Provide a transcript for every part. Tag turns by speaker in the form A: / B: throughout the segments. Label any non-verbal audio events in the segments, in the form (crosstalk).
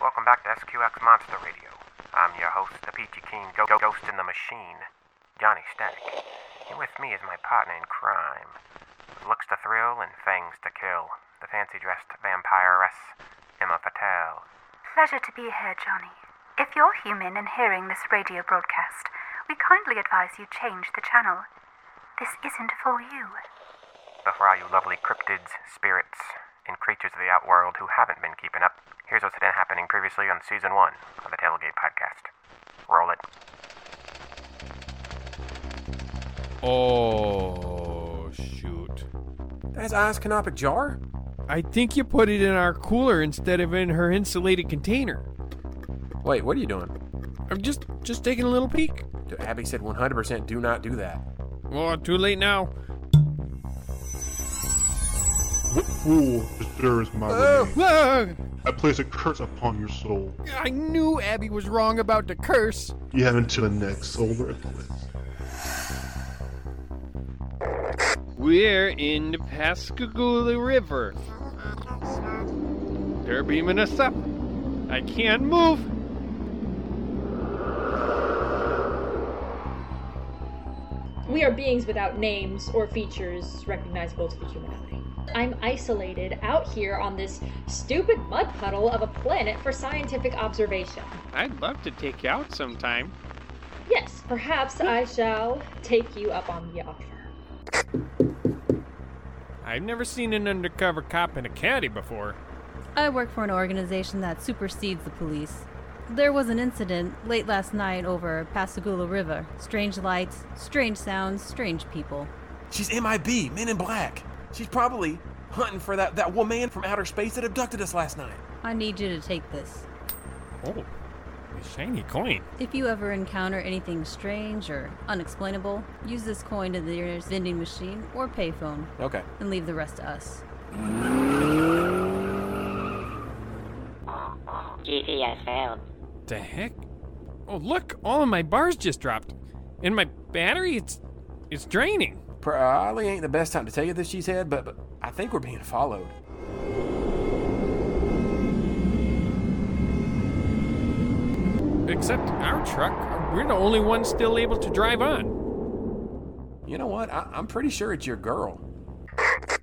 A: Welcome back to SQX Monster Radio. I'm your host, the Peachy Keen Go- Go- Ghost in the Machine, Johnny Static. And with me is my partner in crime. with Looks to thrill and fangs to kill. The fancy dressed vampiress, Emma Patel.
B: Pleasure to be here, Johnny. If you're human and hearing this radio broadcast, we kindly advise you change the channel. This isn't for you.
A: But for all you lovely cryptids, spirits, and creatures of the outworld who haven't been keeping up, here's what's been happening previously on season one of the Tailgate Podcast. Roll it.
C: Oh, shoot.
D: That's Oz Canopic Jar?
C: I think you put it in our cooler instead of in her insulated container.
D: Wait, what are you doing?
C: I'm just just taking a little peek.
D: D- Abby said 100% do not do that.
C: Oh, too late now. (laughs)
E: What fool disturbs my remains?
C: Ah,
E: I place a curse upon your soul.
C: I knew Abby was wrong about the curse.
E: You have until the next solar eclipse.
C: We're in the Pascagoula River. They're beaming us up. I can't move.
F: We are beings without names or features recognizable to the human eye. I'm isolated out here on this stupid mud puddle of a planet for scientific observation.
C: I'd love to take you out sometime.
F: Yes, perhaps I shall take you up on the offer.
C: I've never seen an undercover cop in a caddy before.
G: I work for an organization that supersedes the police. There was an incident late last night over Pascagoula River. Strange lights, strange sounds, strange people.
D: She's MIB, Men in Black. She's probably hunting for that, that one man from outer space that abducted us last night.
G: I need you to take this.
C: Oh, a shiny coin.
G: If you ever encounter anything strange or unexplainable, use this coin to the nearest vending machine or payphone
D: Okay.
G: and leave the rest to us.
H: GPS failed.
C: The heck? Oh, look, all of my bars just dropped. And my battery, it's it's draining.
D: Probably ain't the best time to tell you this, she said, but, but I think we're being followed.
C: Except our truck, we're the only ones still able to drive on.
D: You know what? I, I'm pretty sure it's your girl.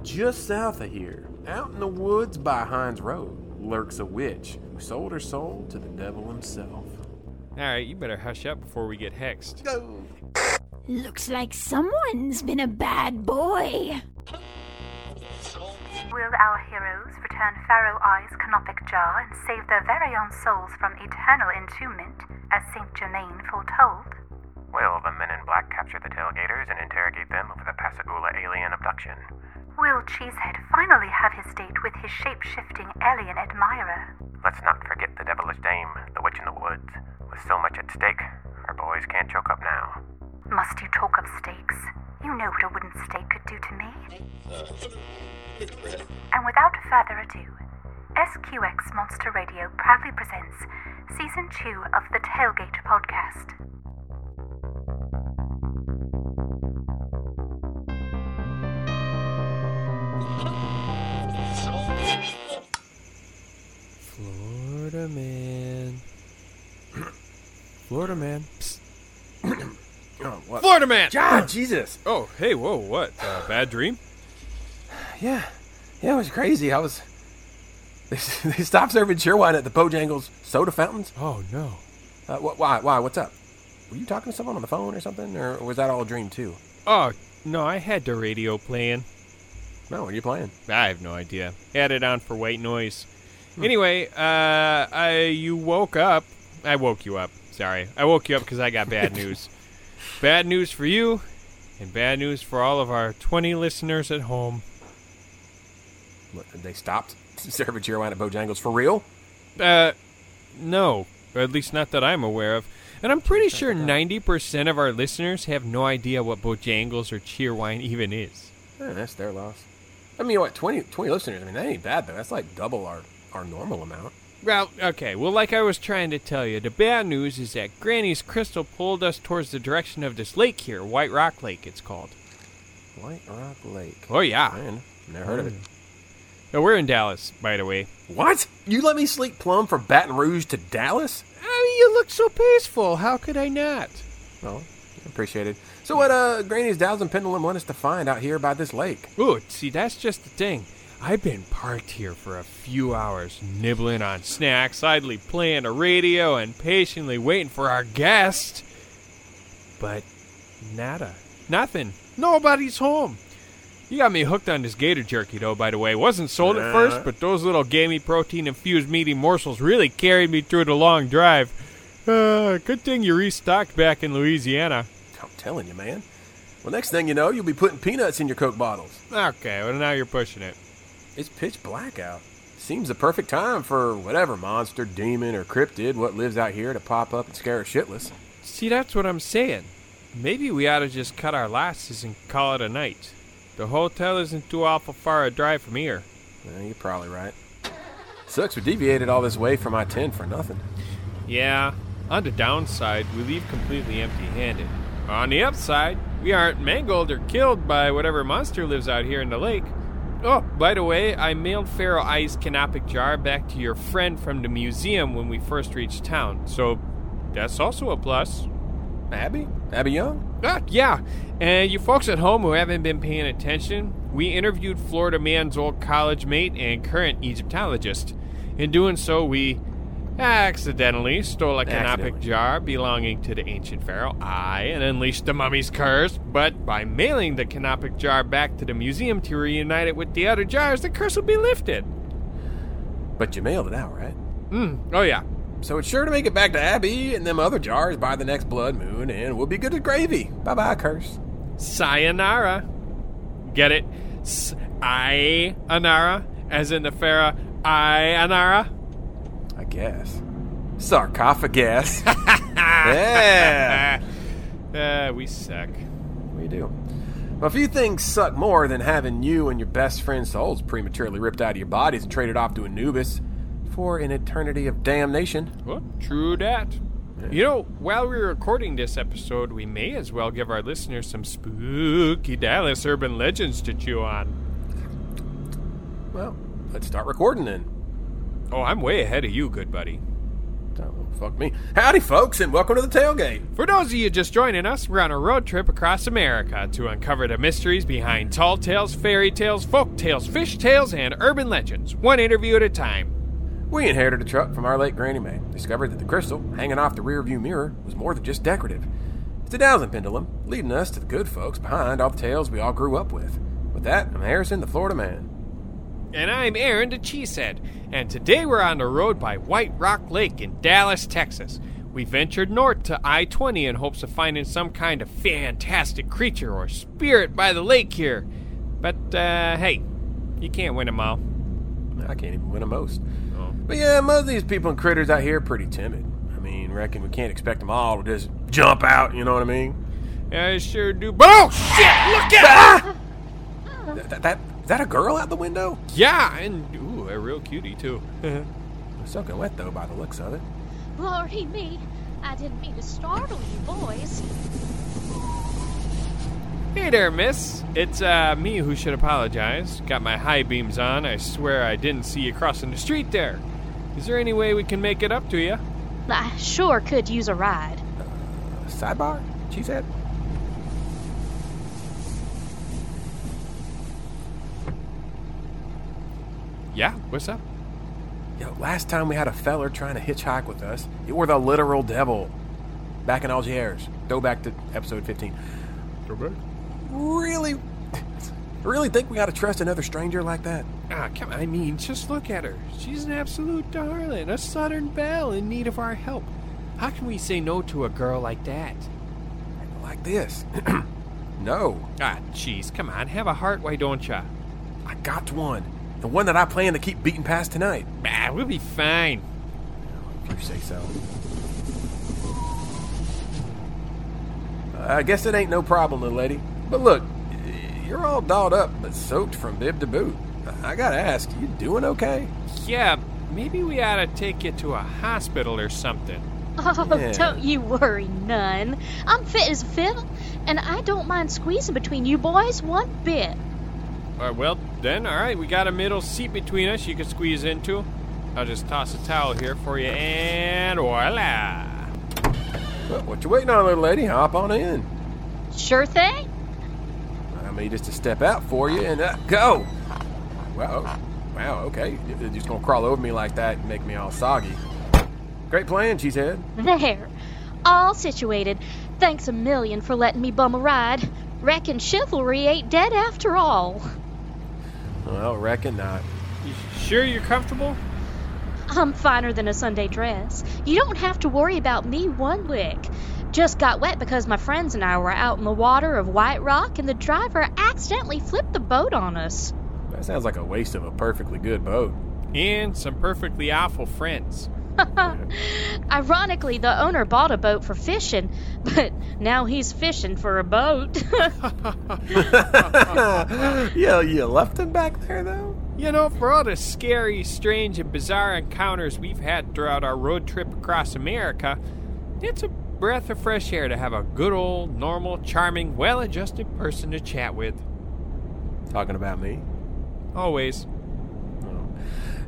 D: Just south of here, out in the woods by Hines Road, lurks a witch who sold her soul to the devil himself.
C: All right, you better hush up before we get hexed.
D: Go!
I: Looks like someone's been a bad boy.
B: Will our heroes return Pharaoh Eye's canopic jar and save their very own souls from eternal entombment, as Saint Germain foretold?
A: Will the men in black capture the tailgaters and interrogate them over the Pascagoula alien abduction?
B: Will Cheesehead finally have his date with his shape shifting alien admirer?
A: Let's not forget the devilish dame, the witch in the woods. With so much at stake, our boys can't choke up now.
B: Must you talk of stakes? You know what a wooden stake could do to me. And without further ado, SQX Monster Radio proudly presents Season 2 of the Tailgate Podcast.
C: Florida man.
D: Florida man. oh, what?
C: Florida man!
D: God, Jesus!
C: Oh, hey, whoa, what? Uh, bad dream?
D: Yeah, yeah, it was crazy. I was. (laughs) They, they stopped serving cheerwine at the Bojangles soda fountains.
C: Oh, no.
D: Uh, wh- why? Why? What's up? Were you talking to someone on the phone or something, or was that all a dream too?
C: Oh, no, I had the radio playing.
D: No, what are you playing?
C: I have no idea. Had it on for white noise. Anyway, uh, I you woke up. I woke you up. Sorry, I woke you up because I got bad news. bad news for you, and bad news for all of our twenty listeners at home.
D: What, they stopped (laughs) serving cheerwine at Bojangles for real?
C: Uh, no, or at least not that I'm aware of. And I'm pretty (laughs) sure ninety percent of our listeners have no idea what Bojangles or Cheerwine even is.
D: Eh, that's their loss. I mean, what 20, 20 listeners? I mean, that ain't bad though. That's like double our our normal amount.
C: Well, okay. Well, like I was trying to tell you, the bad news is that Granny's crystal pulled us towards the direction of this lake here, White Rock Lake, it's called.
D: White Rock Lake.
C: Oh yeah.
D: Man, never heard of it.
C: No, we're in Dallas, by the way.
D: What? You let me sleep plumb from Baton Rouge to Dallas?
C: Oh, you look so peaceful. How could I not?
D: Oh, appreciated. So what, uh, Granny's Dow's and Pendulum want us to find out here by this lake?
C: Ooh, see, that's just the thing. I've been parked here for a few hours, nibbling on snacks, idly playing the radio, and patiently waiting for our guest. But nada. Nothing. Nobody's home. You got me hooked on this gator jerky, though, by the way. Wasn't sold at first, but those little gamey protein infused meaty morsels really carried me through the long drive. Uh, good thing you restocked back in Louisiana.
D: I'm telling you, man. Well, next thing you know, you'll be putting peanuts in your Coke bottles.
C: Okay, well, now you're pushing it.
D: It's pitch black out. Seems the perfect time for whatever monster, demon, or cryptid what lives out here to pop up and scare us shitless.
C: See, that's what I'm saying. Maybe we ought to just cut our losses and call it a night. The hotel isn't too awful far a drive from here.
D: Yeah, you're probably right. Sucks we deviated all this way from I 10 for nothing.
C: Yeah. On the downside, we leave completely empty handed. On the upside, we aren't mangled or killed by whatever monster lives out here in the lake. Oh, by the way, I mailed Pharaoh Eye's canopic jar back to your friend from the museum when we first reached town, so that's also a plus.
D: Abby? Abby Young?
C: Ah, yeah. And you folks at home who haven't been paying attention, we interviewed Florida man's old college mate and current Egyptologist. In doing so, we accidentally stole a canopic
D: Accidentally.
C: jar belonging to the ancient pharaoh I and unleashed the mummy's curse. But by mailing the canopic jar back to the museum to reunite it with the other jars, the curse will be lifted.
D: But you mailed it out, right?
C: Mm. Oh yeah.
D: So it's sure to make it back to Abby and them other jars by the next blood moon, and we'll be good as gravy. Bye bye, curse.
C: Sayonara. Get it? S- I Anara, as in the pharaoh I Anara.
D: I guess. Sarcophagus. (laughs) yeah.
C: (laughs) Uh, we suck.
D: We do. Well, few things suck more than having you and your best friend's souls prematurely ripped out of your bodies and traded off to Anubis for an eternity of damnation.
C: Well, true that. You know, while we're recording this episode, we may as well give our listeners some spooky Dallas urban legends to chew on.
D: Well, let's start recording then.
C: Oh, I'm way ahead of you, good buddy.
D: Oh, fuck me. Howdy, folks, and welcome to the tailgate.
C: For those of you just joining us, we're on a road trip across America to uncover the mysteries behind tall tales, fairy tales, folk tales, fish tales, and urban legends, one interview at a time.
D: We inherited a truck from our late Granny May, discovered that the crystal hanging off the rearview mirror was more than just decorative. It's a dowsing pendulum, leading us to the good folks behind all the tales we all grew up with. With that, I'm Harrison, the Florida man.
C: And I'm Aaron the Cheesehead, and today we're on the road by White Rock Lake in Dallas, Texas. We ventured north to I 20 in hopes of finding some kind of fantastic creature or spirit by the lake here. But, uh, hey, you can't win 'em all.
D: I can't even win a most.
C: Oh.
D: But yeah, most of these people and critters out here are pretty timid. I mean, reckon we can't expect them all to just jump out, you know what I mean?
C: I sure do. But, oh, shit! Look out!
D: That, that, that, is that a girl out the window?
C: Yeah, and ooh, a real cutie too. (laughs)
D: It's soaking wet, though, by the looks of it.
H: Glory me! I didn't mean to startle you, boys.
C: hey there, miss. It's uh, me who should apologize. Got my high beams on. I swear I didn't see you crossing the street there. Is there any way we can make it up to you?
H: I sure could use a ride.
D: Sidebar? She said.
C: Yeah, what's up?
D: Yo, last time we had a feller trying to hitchhike with us, you were the literal devil. Back in Algiers. Go back to episode 15. Really? Really think we gotta trust another stranger like that?
C: Ah, come I mean, just look at her. She's an absolute darling, a southern belle in need of our help. How can we say no to a girl like that?
D: Like this. (clears throat) no.
C: Ah, jeez, come on, have a heart, why don't ya?
D: I got one. The one that I plan to keep beating past tonight.
C: Ah, we'll be fine.
D: If you say so. I guess it ain't no problem, little lady. But look, you're all dolled up but soaked from bib to boot. I gotta ask, you doing okay?
C: Yeah, Maybe we ought to take you to a hospital or something.
F: Oh,
D: Yeah.
F: don't you worry none. I'm fit as a fiddle, and I don't mind squeezing between you boys one bit.
C: All right, well, then, all right, we got a middle seat between us you can squeeze into. I'll just toss a towel here for you, and voila!
D: Well, what you waiting on, little lady? Hop on in.
F: Sure thing.
D: I mean, just to step out for you and uh, go. Wow. Wow, okay. You- You're just gonna crawl over me like that and make me all soggy. Great plan, Cheesehead.
F: There. All situated. Thanks a million for letting me bum a ride. Reckon chivalry ain't dead after all.
D: Well, reckon not.
C: You sure you're comfortable?
F: I'm finer than a Sunday dress. You don't have to worry about me one lick. Just got wet because my friends and I were out in the water of White Rock and the driver accidentally flipped the boat on us.
D: That sounds like a waste of a perfectly good boat.
C: And some perfectly awful friends.
F: Ironically, the owner bought a boat for fishing, (laughs) but now he's fishing for a
D: (gasps)
F: boat. (laughs)
D: yeah, you left him back there though.
C: You know, for all the scary, strange, and bizarre encounters we've had throughout our road trip across America, it's a breath of fresh air to have a good old, normal, charming, well adjusted person to chat with.
D: Talking about me.
C: Always.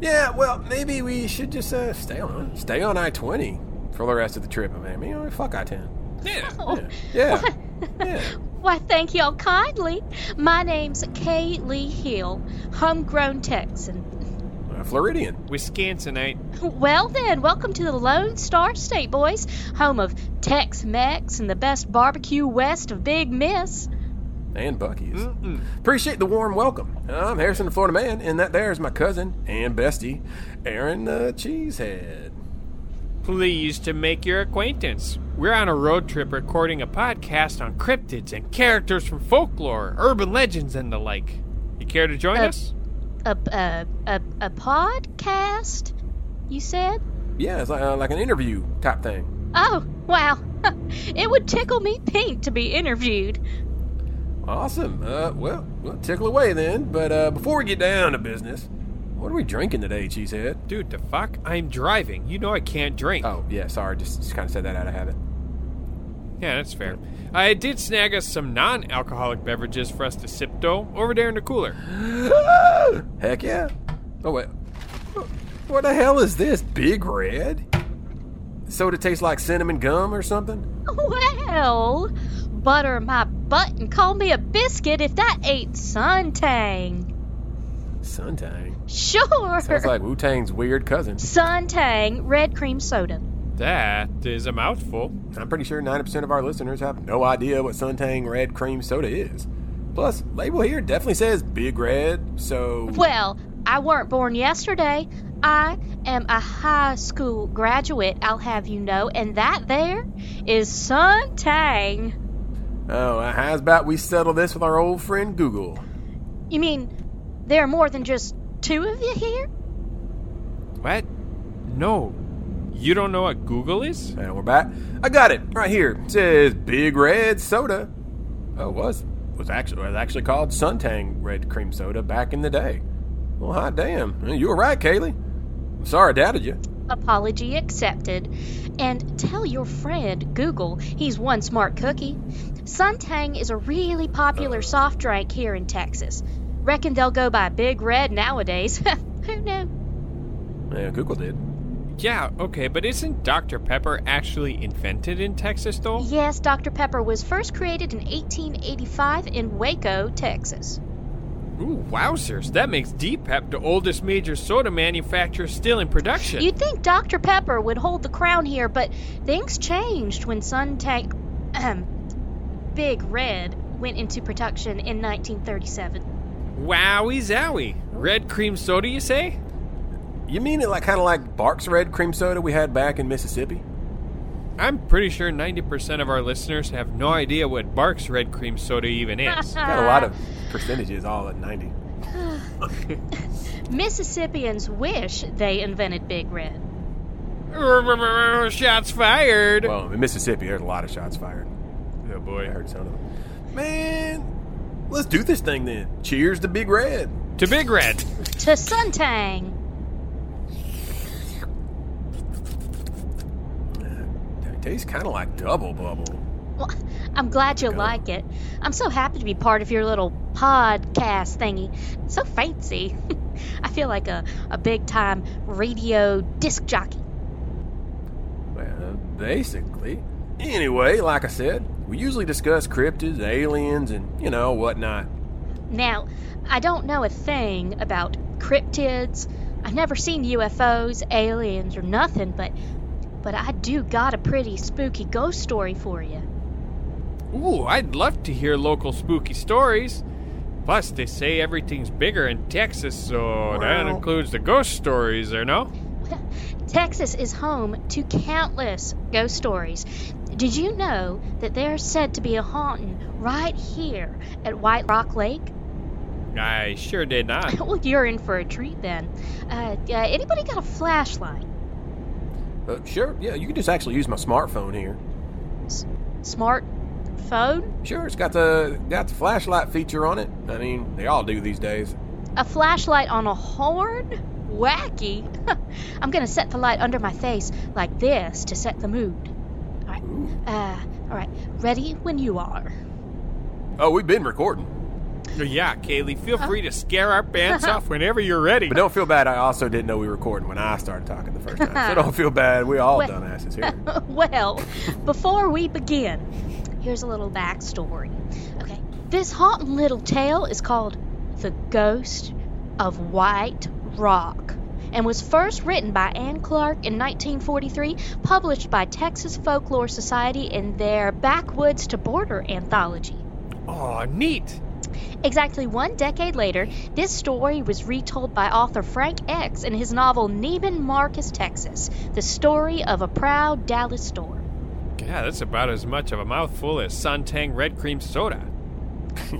D: Yeah, well, maybe we should just uh, stay on stay on I twenty for the rest of the trip. I mean, you know, fuck I ten.
C: Yeah.
D: Yeah. yeah.
F: Why, thank y'all kindly. My name's Kay Lee Hill, homegrown Texan.
D: Uh, Floridian.
C: Wisconsinite.
F: Well, then, welcome to the Lone Star State, boys, home of Tex Mex and the best barbecue west of Big Miss.
D: and Bucky's. Appreciate the warm welcome. I'm Harrison, the Florida man, and that there is my cousin and bestie, Aaron the Cheesehead.
C: Pleased to make your acquaintance. We're on a road trip recording a podcast on cryptids and characters from folklore, urban legends, and the like. You care to join
F: Uh,
C: us?
F: A, a, a, a podcast, you said?
D: Yeah, it's like, uh, like an interview type thing.
F: Oh, wow. (laughs) it would tickle me pink to be interviewed.
D: Awesome. Uh, well, well, tickle away then. But uh, before we get down to business, what are we drinking today, Cheesehead?
C: Dude, the fuck? I'm driving. You know I can't drink.
D: Oh, yeah, sorry, just, just kind of said that out of habit. (gasps)
C: Yeah, that's fair. I did snag us some non alcoholic beverages for us to sip, though, over there in the cooler.
D: Heck yeah. Oh, wait. What the hell is this? Big Red? Soda tastes like cinnamon gum or something?
F: Well, butter my butt and call me a biscuit if that ain't suntang.
D: Suntang.
F: Sure.
D: Sounds like Wu Tang's weird cousin.
F: Suntang red cream soda.
C: That is a mouthful.
D: I'm pretty sure 90% of our listeners have no idea what Suntang Red Cream Soda is. Plus, label here definitely says Big Red, so
F: Well, I weren't born yesterday. I am a high school graduate, I'll have you know, and that there is suntang.
D: oh, uh, how's about we settle this with our old friend Google?
F: You mean there are more than just two of you here?
C: What? No. You don't know what Google is?
D: And we're back. I got it right here. It says Big Red Soda. Oh, it was was actually was actually called Suntang Red Cream Soda back in the day. Well, hot damn, you were right, Kaylee. I'm sorry I doubted you.
F: Apology accepted. And tell your friend Google he's one smart cookie. Suntang is a really popular soft drink here in Texas. Reckon they'll go by Big Red nowadays. (laughs) Who knew?
D: Yeah, Google did.
C: Yeah, okay, but isn't Dr. Pepper actually invented in Texas, though?
F: Yes, Dr. Pepper was first created in 1885 in Waco, Texas.
C: Ooh, wowzers. That makes DPEP the oldest major soda manufacturer still in production.
F: You'd think Dr. Pepper would hold the crown here, but things changed when Suntang Big Red went into production in 1937.
C: Wowie zowie. Red cream soda, you say?
D: You mean it like kind of like Barks Red Cream Soda we had back in Mississippi?
C: I'm pretty sure 90% of our listeners have no idea what Barks Red Cream Soda even
F: (laughs)
C: is.
D: Got a lot of percentages all at 90.
F: Mississippians wish they invented Big Red.
C: Shots fired!
D: Well, in Mississippi, there's a lot of shots fired.
C: oh
D: I
C: boy.
D: heard the sound of them. Man, let's do this thing then. Cheers to Big Red.
C: To Big Red.
F: To Suntang!
D: Uh, Tastes kind of like double bubble.
H: Well, I'm glad you like it. I'm so happy to be part of your little podcast thingy. So fancy. (laughs) I feel like a, a big time radio disc jockey.
D: Well, basically. Anyway, like I said, we usually discuss cryptids, aliens, and, you know, whatnot.
H: Now, I don't know a thing about cryptids. I've never seen UFOs, aliens, or nothing, but but I do got a pretty spooky ghost story for you.
C: Ooh, I'd love to hear local spooky stories. Plus, they say everything's bigger in Texas, so that
D: Well-
C: includes the ghost stories, there no?
H: Texas is home to countless ghost stories. Did you know that there's said to be a haunting right here at White Rock Lake?
C: I sure did not.
H: well, you're in for a treat then. Uh, uh, anybody got a flashlight?
D: Uh, sure, yeah, you can just actually use my smartphone here.
H: Smart phone?
D: Sure, it's got the got the flashlight feature on it. I mean, they all do these days.
H: A flashlight on a horn? Wacky. (laughs) I'm gonna set the light under my face like this to set the mood. All right. Uh, all right. Ready when you are.
D: Oh, we've been recording.
C: Oh, yeah, Kaylee, feel free to scare our pants off whenever you're ready.
D: But don't feel bad, I also didn't know we were recording when I started talking the first time. so don't feel bad, we all
H: Well-
D: dumbasses here. (laughs)
H: well, before we begin, here's a little backstory. Okay, this haunting little tale is called The Ghost of White Rock and was first written by Anne Clark in 1943, published by Texas Folklore Society in their Backwoods to Border anthology.
C: Oh, neat.
H: Exactly one decade later, this story was retold by author Frank X in his novel Neiman Marcus, Texas, The Story of a Proud Dallas Store.
C: Yeah, that's about as much of a mouthful as Suntang red cream soda.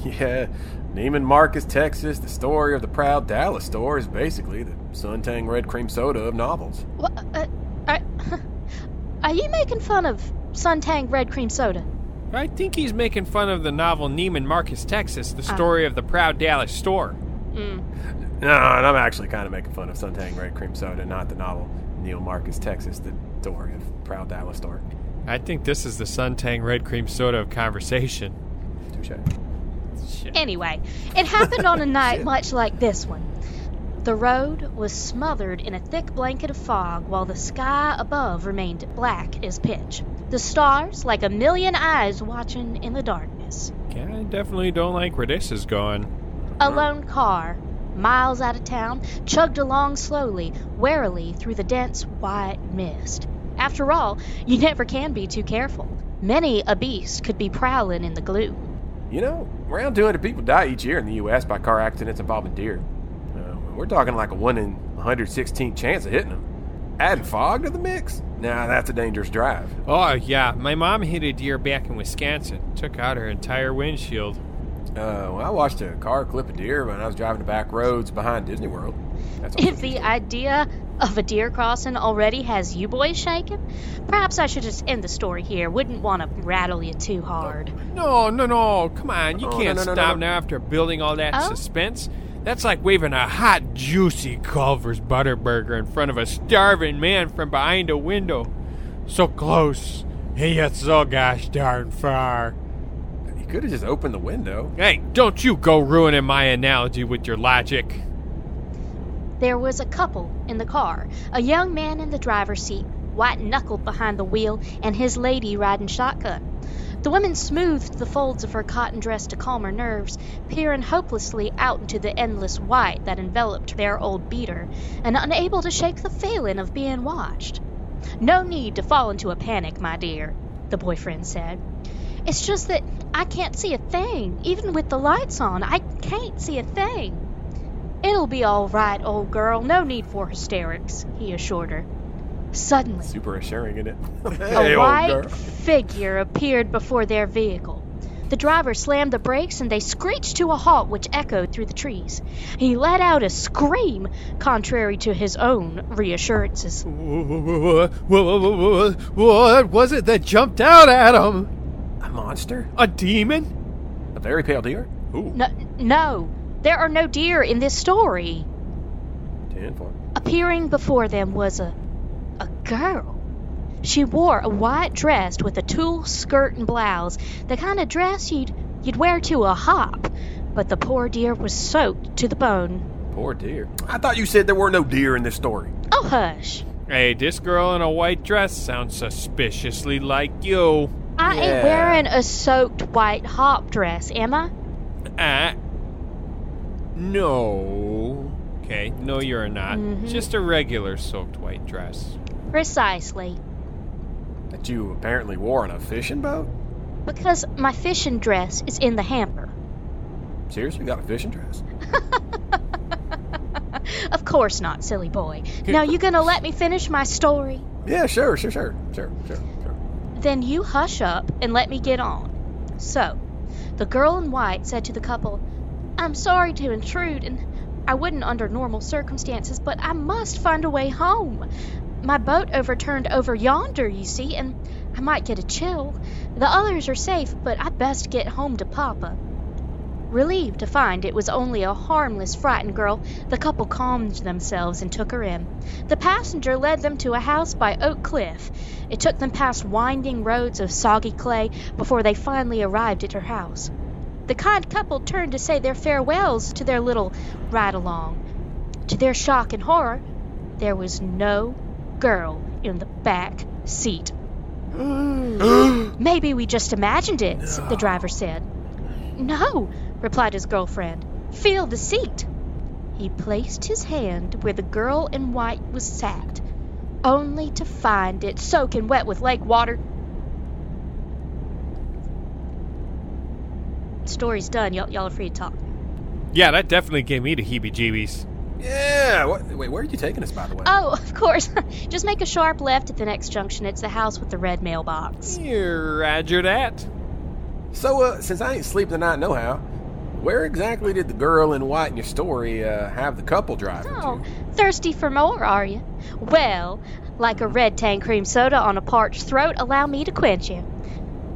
D: yeah, Neiman Marcus, Texas, the story of the proud Dallas store is basically the Suntang Red Cream Soda of novels.
H: Wha uh, are, are you making fun of Suntang Red Cream Soda?
C: I think he's making fun of the novel Neiman Marcus, Texas, the story of the proud Dallas store.
D: No, and I'm actually kind of making fun of Suntang Red Cream Soda, not the novel Neil Marcus, Texas, the story of proud Dallas store.
C: I think this is the Suntang red cream soda of conversation.
D: Touche.
H: Anyway, it happened on a night much like this one. The road was smothered in a thick blanket of fog while the sky above remained black as pitch, the stars like a million eyes watching in the darkness.
C: Yeah, I definitely don't like where this is going.
H: A lone car, miles out of town, chugged along slowly, warily through the dense, white mist. After all, you never can be too careful. Many a beast could be prowling in the gloom. (laughs)
D: You know, around 200 people die each year in the U.S. by car accidents involving deer. Uh, we're talking like a 1 in 116 chance of hitting them. Adding fog to the mix? Now that's a dangerous drive.
C: Oh, yeah, my mom hit a deer back in Wisconsin, took out her entire windshield.
D: Uh, well, I watched a car clip a deer when I was driving the back roads behind Disney World. That's all.
H: If the idea of a deer crossing already has you boys shaken, perhaps I should just end the story here. Wouldn't want to rattle you too hard.
C: No, no, no, come on, you
D: Oh, no,
C: can't
D: no, no, no,
C: stop
D: no.
C: now after building all that
H: Oh?
C: suspense. That's like waving a hot, juicy Culver's Butterburger in front of a starving man from behind a window. So close, and yet so gosh darn far.
D: You could have just opened the window.
C: Hey, don't you go ruining my analogy with your logic.
H: There was a couple in the car, a young man in the driver's seat, white knuckled behind the wheel, and his lady riding shotgun. The woman smoothed the folds of her cotton dress to calm her nerves, peering hopelessly out into the endless white that enveloped their old beater, and unable to shake the feeling of being watched. No need to fall into a panic, my dear, the boyfriend said. It's just that I can't see a thing, even with the lights on. I can't see a thing. It'll be all right, old girl. No need for hysterics, he assured her. Suddenly,
D: Super assuring in it.
J: (laughs)
H: a white figure appeared before their vehicle. The driver slammed the brakes and they screeched to a halt, which echoed through the trees. He let out a scream, contrary to his own reassurances.
C: What was it that jumped out at him?
D: A monster?
C: A demon?
D: A very pale deer? Ooh.
H: No, no, there are no deer in this story.
D: Ten for.
H: Appearing before them was a a girl. She wore a white dress with a tulle skirt and blouse, the kind of dress you'd you'd wear to a hop. But the poor dear was soaked to the bone.
D: Poor dear.
J: I thought you said there were no deer in this story.
H: Oh hush!
C: Hey, this girl in a white dress sounds suspiciously like you.
H: I
D: Yeah.
H: ain't wearing a soaked white hop dress, am I?
C: Uh, no. Okay, no, you're not. Just a regular soaked white dress.
H: Precisely.
D: That you apparently wore on a fishing boat?
H: Because my fishing dress is in the hamper. (laughs)
D: Seriously, you got a fishing dress?
H: Of course not, silly boy. Now you gonna let me finish my story?
D: Yeah, sure, sure, sure, sure, sure, sure.
H: Then you hush up and let me get on. So, the girl in white said to the couple, I'm sorry to intrude, and I wouldn't under normal circumstances, but I must find a way home. My boat overturned over yonder, you see, and I might get a chill. The others are safe, but I best get home to Papa. Relieved to find it was only a harmless, frightened girl, the couple calmed themselves and took her in. The passenger led them to a house by Oak Cliff. It took them past winding roads of soggy clay before they finally arrived at her house. The kind couple turned to say their farewells to their little ride along. To their shock and horror, there was no girl in the back seat. (gasps) Maybe we just imagined it, s- the driver said. No, replied his girlfriend. Feel the seat. He placed his hand where the girl in white was sat, only to find it soaking wet with lake water. Story's done. Y'all, y'all are free to talk.
C: Yeah, that definitely gave me the heebie jeebies.
D: Yeah. What, wait, where are you taking us, by the way?
H: Oh, of course. (laughs) Just make a sharp left at the next junction. It's the house with the red mailbox.
C: Roger that.
D: so, uh, since I ain't sleeping tonight, no how. Where exactly did the girl in white in your story uh, have the couple driving
H: Oh,
D: to?
H: thirsty for more, are you? Well, like a red tang cream soda on a parched throat, allow me to quench you.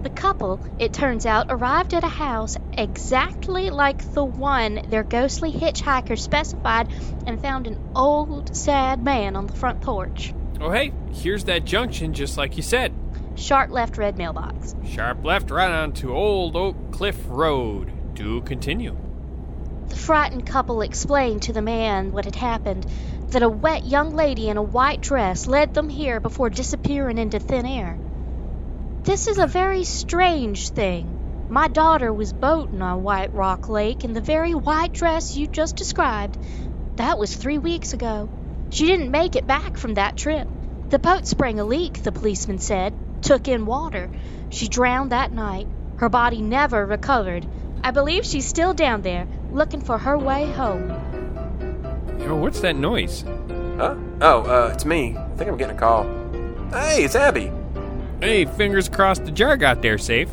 H: The couple, it turns out, arrived at a house exactly like the one their ghostly hitchhiker specified and found an old, sad man on the front porch.
C: Oh, hey, here's that junction, just like you said.
H: Sharp left red mailbox.
C: Sharp left, right onto Old Oak Cliff Road. Do continue.
H: The frightened couple explained to the man what had happened that a wet young lady in a white dress led them here before disappearing into thin air. This is a very strange thing. My daughter was boating on White Rock Lake in the very white dress you just described. That was three weeks ago. She didn't make it back from that trip. The boat sprang a leak, the policeman said, took in water. She drowned that night. Her body never recovered. I believe she's still down there, looking for her way home.
C: Yo, what's that noise?
D: Huh? Oh, uh, it's me. I think I'm getting a call. Hey, it's Abby.
C: Hey, fingers crossed the jar got there safe.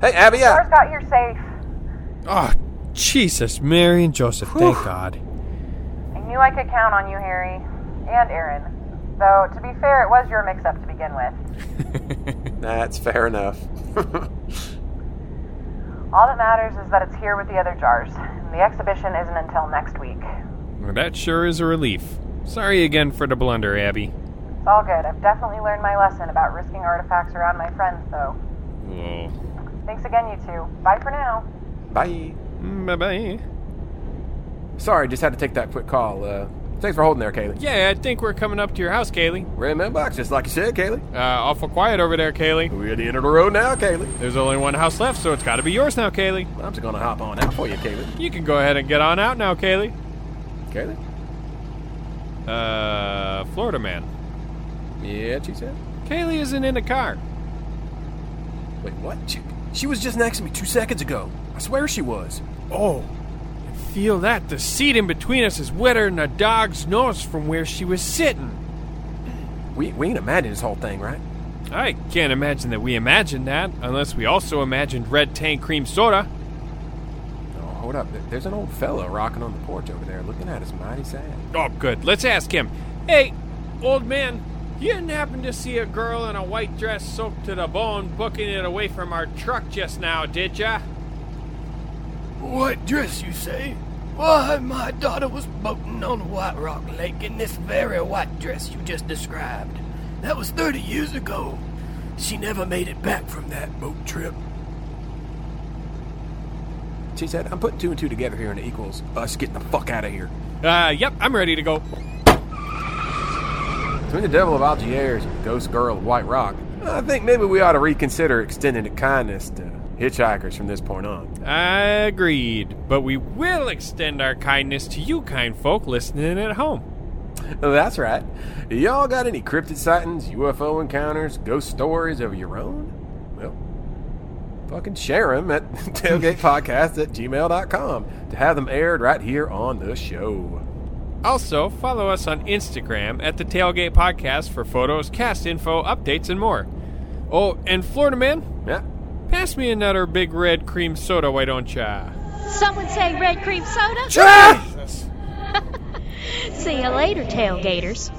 D: Hey, Abby. I...
B: got here safe.
C: Oh, Jesus, Mary and Joseph, thank God.
K: I knew I could count on you, Harry. And Aaron. Though, to be fair, it was your mix up to begin with.
D: That's fair enough. (laughs)
K: All that matters is that it's here with the other jars. and The exhibition isn't until next week.
C: Well, that sure is a relief. Sorry again for the blunder, Abby.
K: It's all good. I've definitely learned my lesson about risking artifacts around my friends, though.
C: Whoa.
K: Thanks again, you two. Bye for now.
D: Bye.
C: Bye bye.
D: Sorry, just had to take that quick call. Uh, thanks for holding there, Kaylee.
C: Yeah, I think we're coming up to your house, Kaylee.
D: We're in the mailbox, just like you said, Kaylee.
C: Uh, awful quiet over there, Kaylee.
D: We're at the end of the road now, Kaylee.
C: There's only one house left, so it's gotta be yours now, Kaylee.
D: I'm just gonna hop on out for you, Kaylee.
C: You can go ahead and get on out now, Kaylee.
D: Kaylee?
C: Uh, Florida man.
D: Yeah, she said.
C: Kaylee isn't in the car.
D: Wait, what? She, she was just next to me two seconds ago. I swear she was.
C: Oh, I feel that. The seat in between us is wetter than a dog's nose from where she was sitting.
D: We, we ain't imagined this whole thing, right?
C: I can't imagine that we imagined that, unless we also imagined red tank cream soda.
D: Oh, hold up. There- There's an old fella rocking on the porch over there looking at us mighty sad.
C: Oh, good. Let's ask him. Hey, old man, you didn't happen to see a girl in a white dress soaked to the bone booking it away from our truck just now, did ya?
J: What dress, you say? Why, my daughter was boating on White Rock Lake in this very white dress you just described. That was 30 years ago. She never made it back from that boat trip.
D: She said, I'm putting two and two together here and it equals us getting the fuck out of here.
C: Uh, yep, I'm ready to go.
D: Between the Devil of Algiers and the Ghost Girl of White Rock, I think maybe we ought to reconsider extending the kindness to hitchhikers from this point on.
C: Agreed. But we will extend our kindness to you kind folk listening at home.
D: Oh, That's right. Y'all got any cryptid sightings, UFO encounters, ghost stories of your own? Well, fucking share them at (laughs) tailgatepodcast at gmail.com to have them aired right here on the show.
C: Also, follow us on Instagram at the Tailgate Podcast for photos, cast info, updates, and more. Oh, and Florida Man?
D: Yeah.
C: Pass me another big red cream soda, why don't ya?
H: Someone say red cream soda? See you later, tailgaters.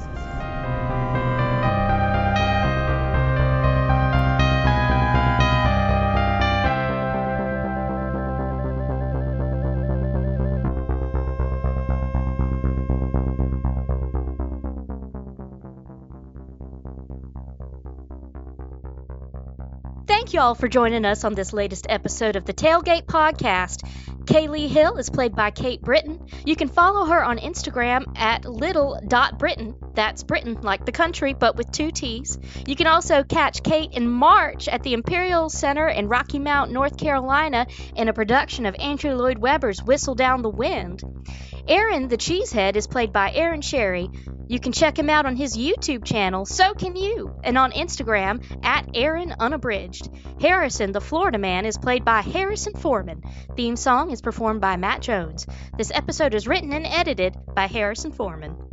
H: Thank you all for joining us on this latest episode of the Tailgate Podcast. Kaylee Hill is played by Kate Britton. You can follow her on Instagram at little.britton. That's Britain like the country, but with two T's. You can also catch Kate in March at the Imperial Center in Rocky Mount, North Carolina, in a production of Andrew Lloyd Webber's Whistle Down the Wind. Aaron the Cheesehead is played by Aaron Sherry. You can check him out on his YouTube channel, So Can You, and on Instagram at Aaron Unabridged. Harrison the Florida Man is played by Harrison Foreman. Theme song is performed by Matt Jones. This episode is written and edited by Harrison Foreman.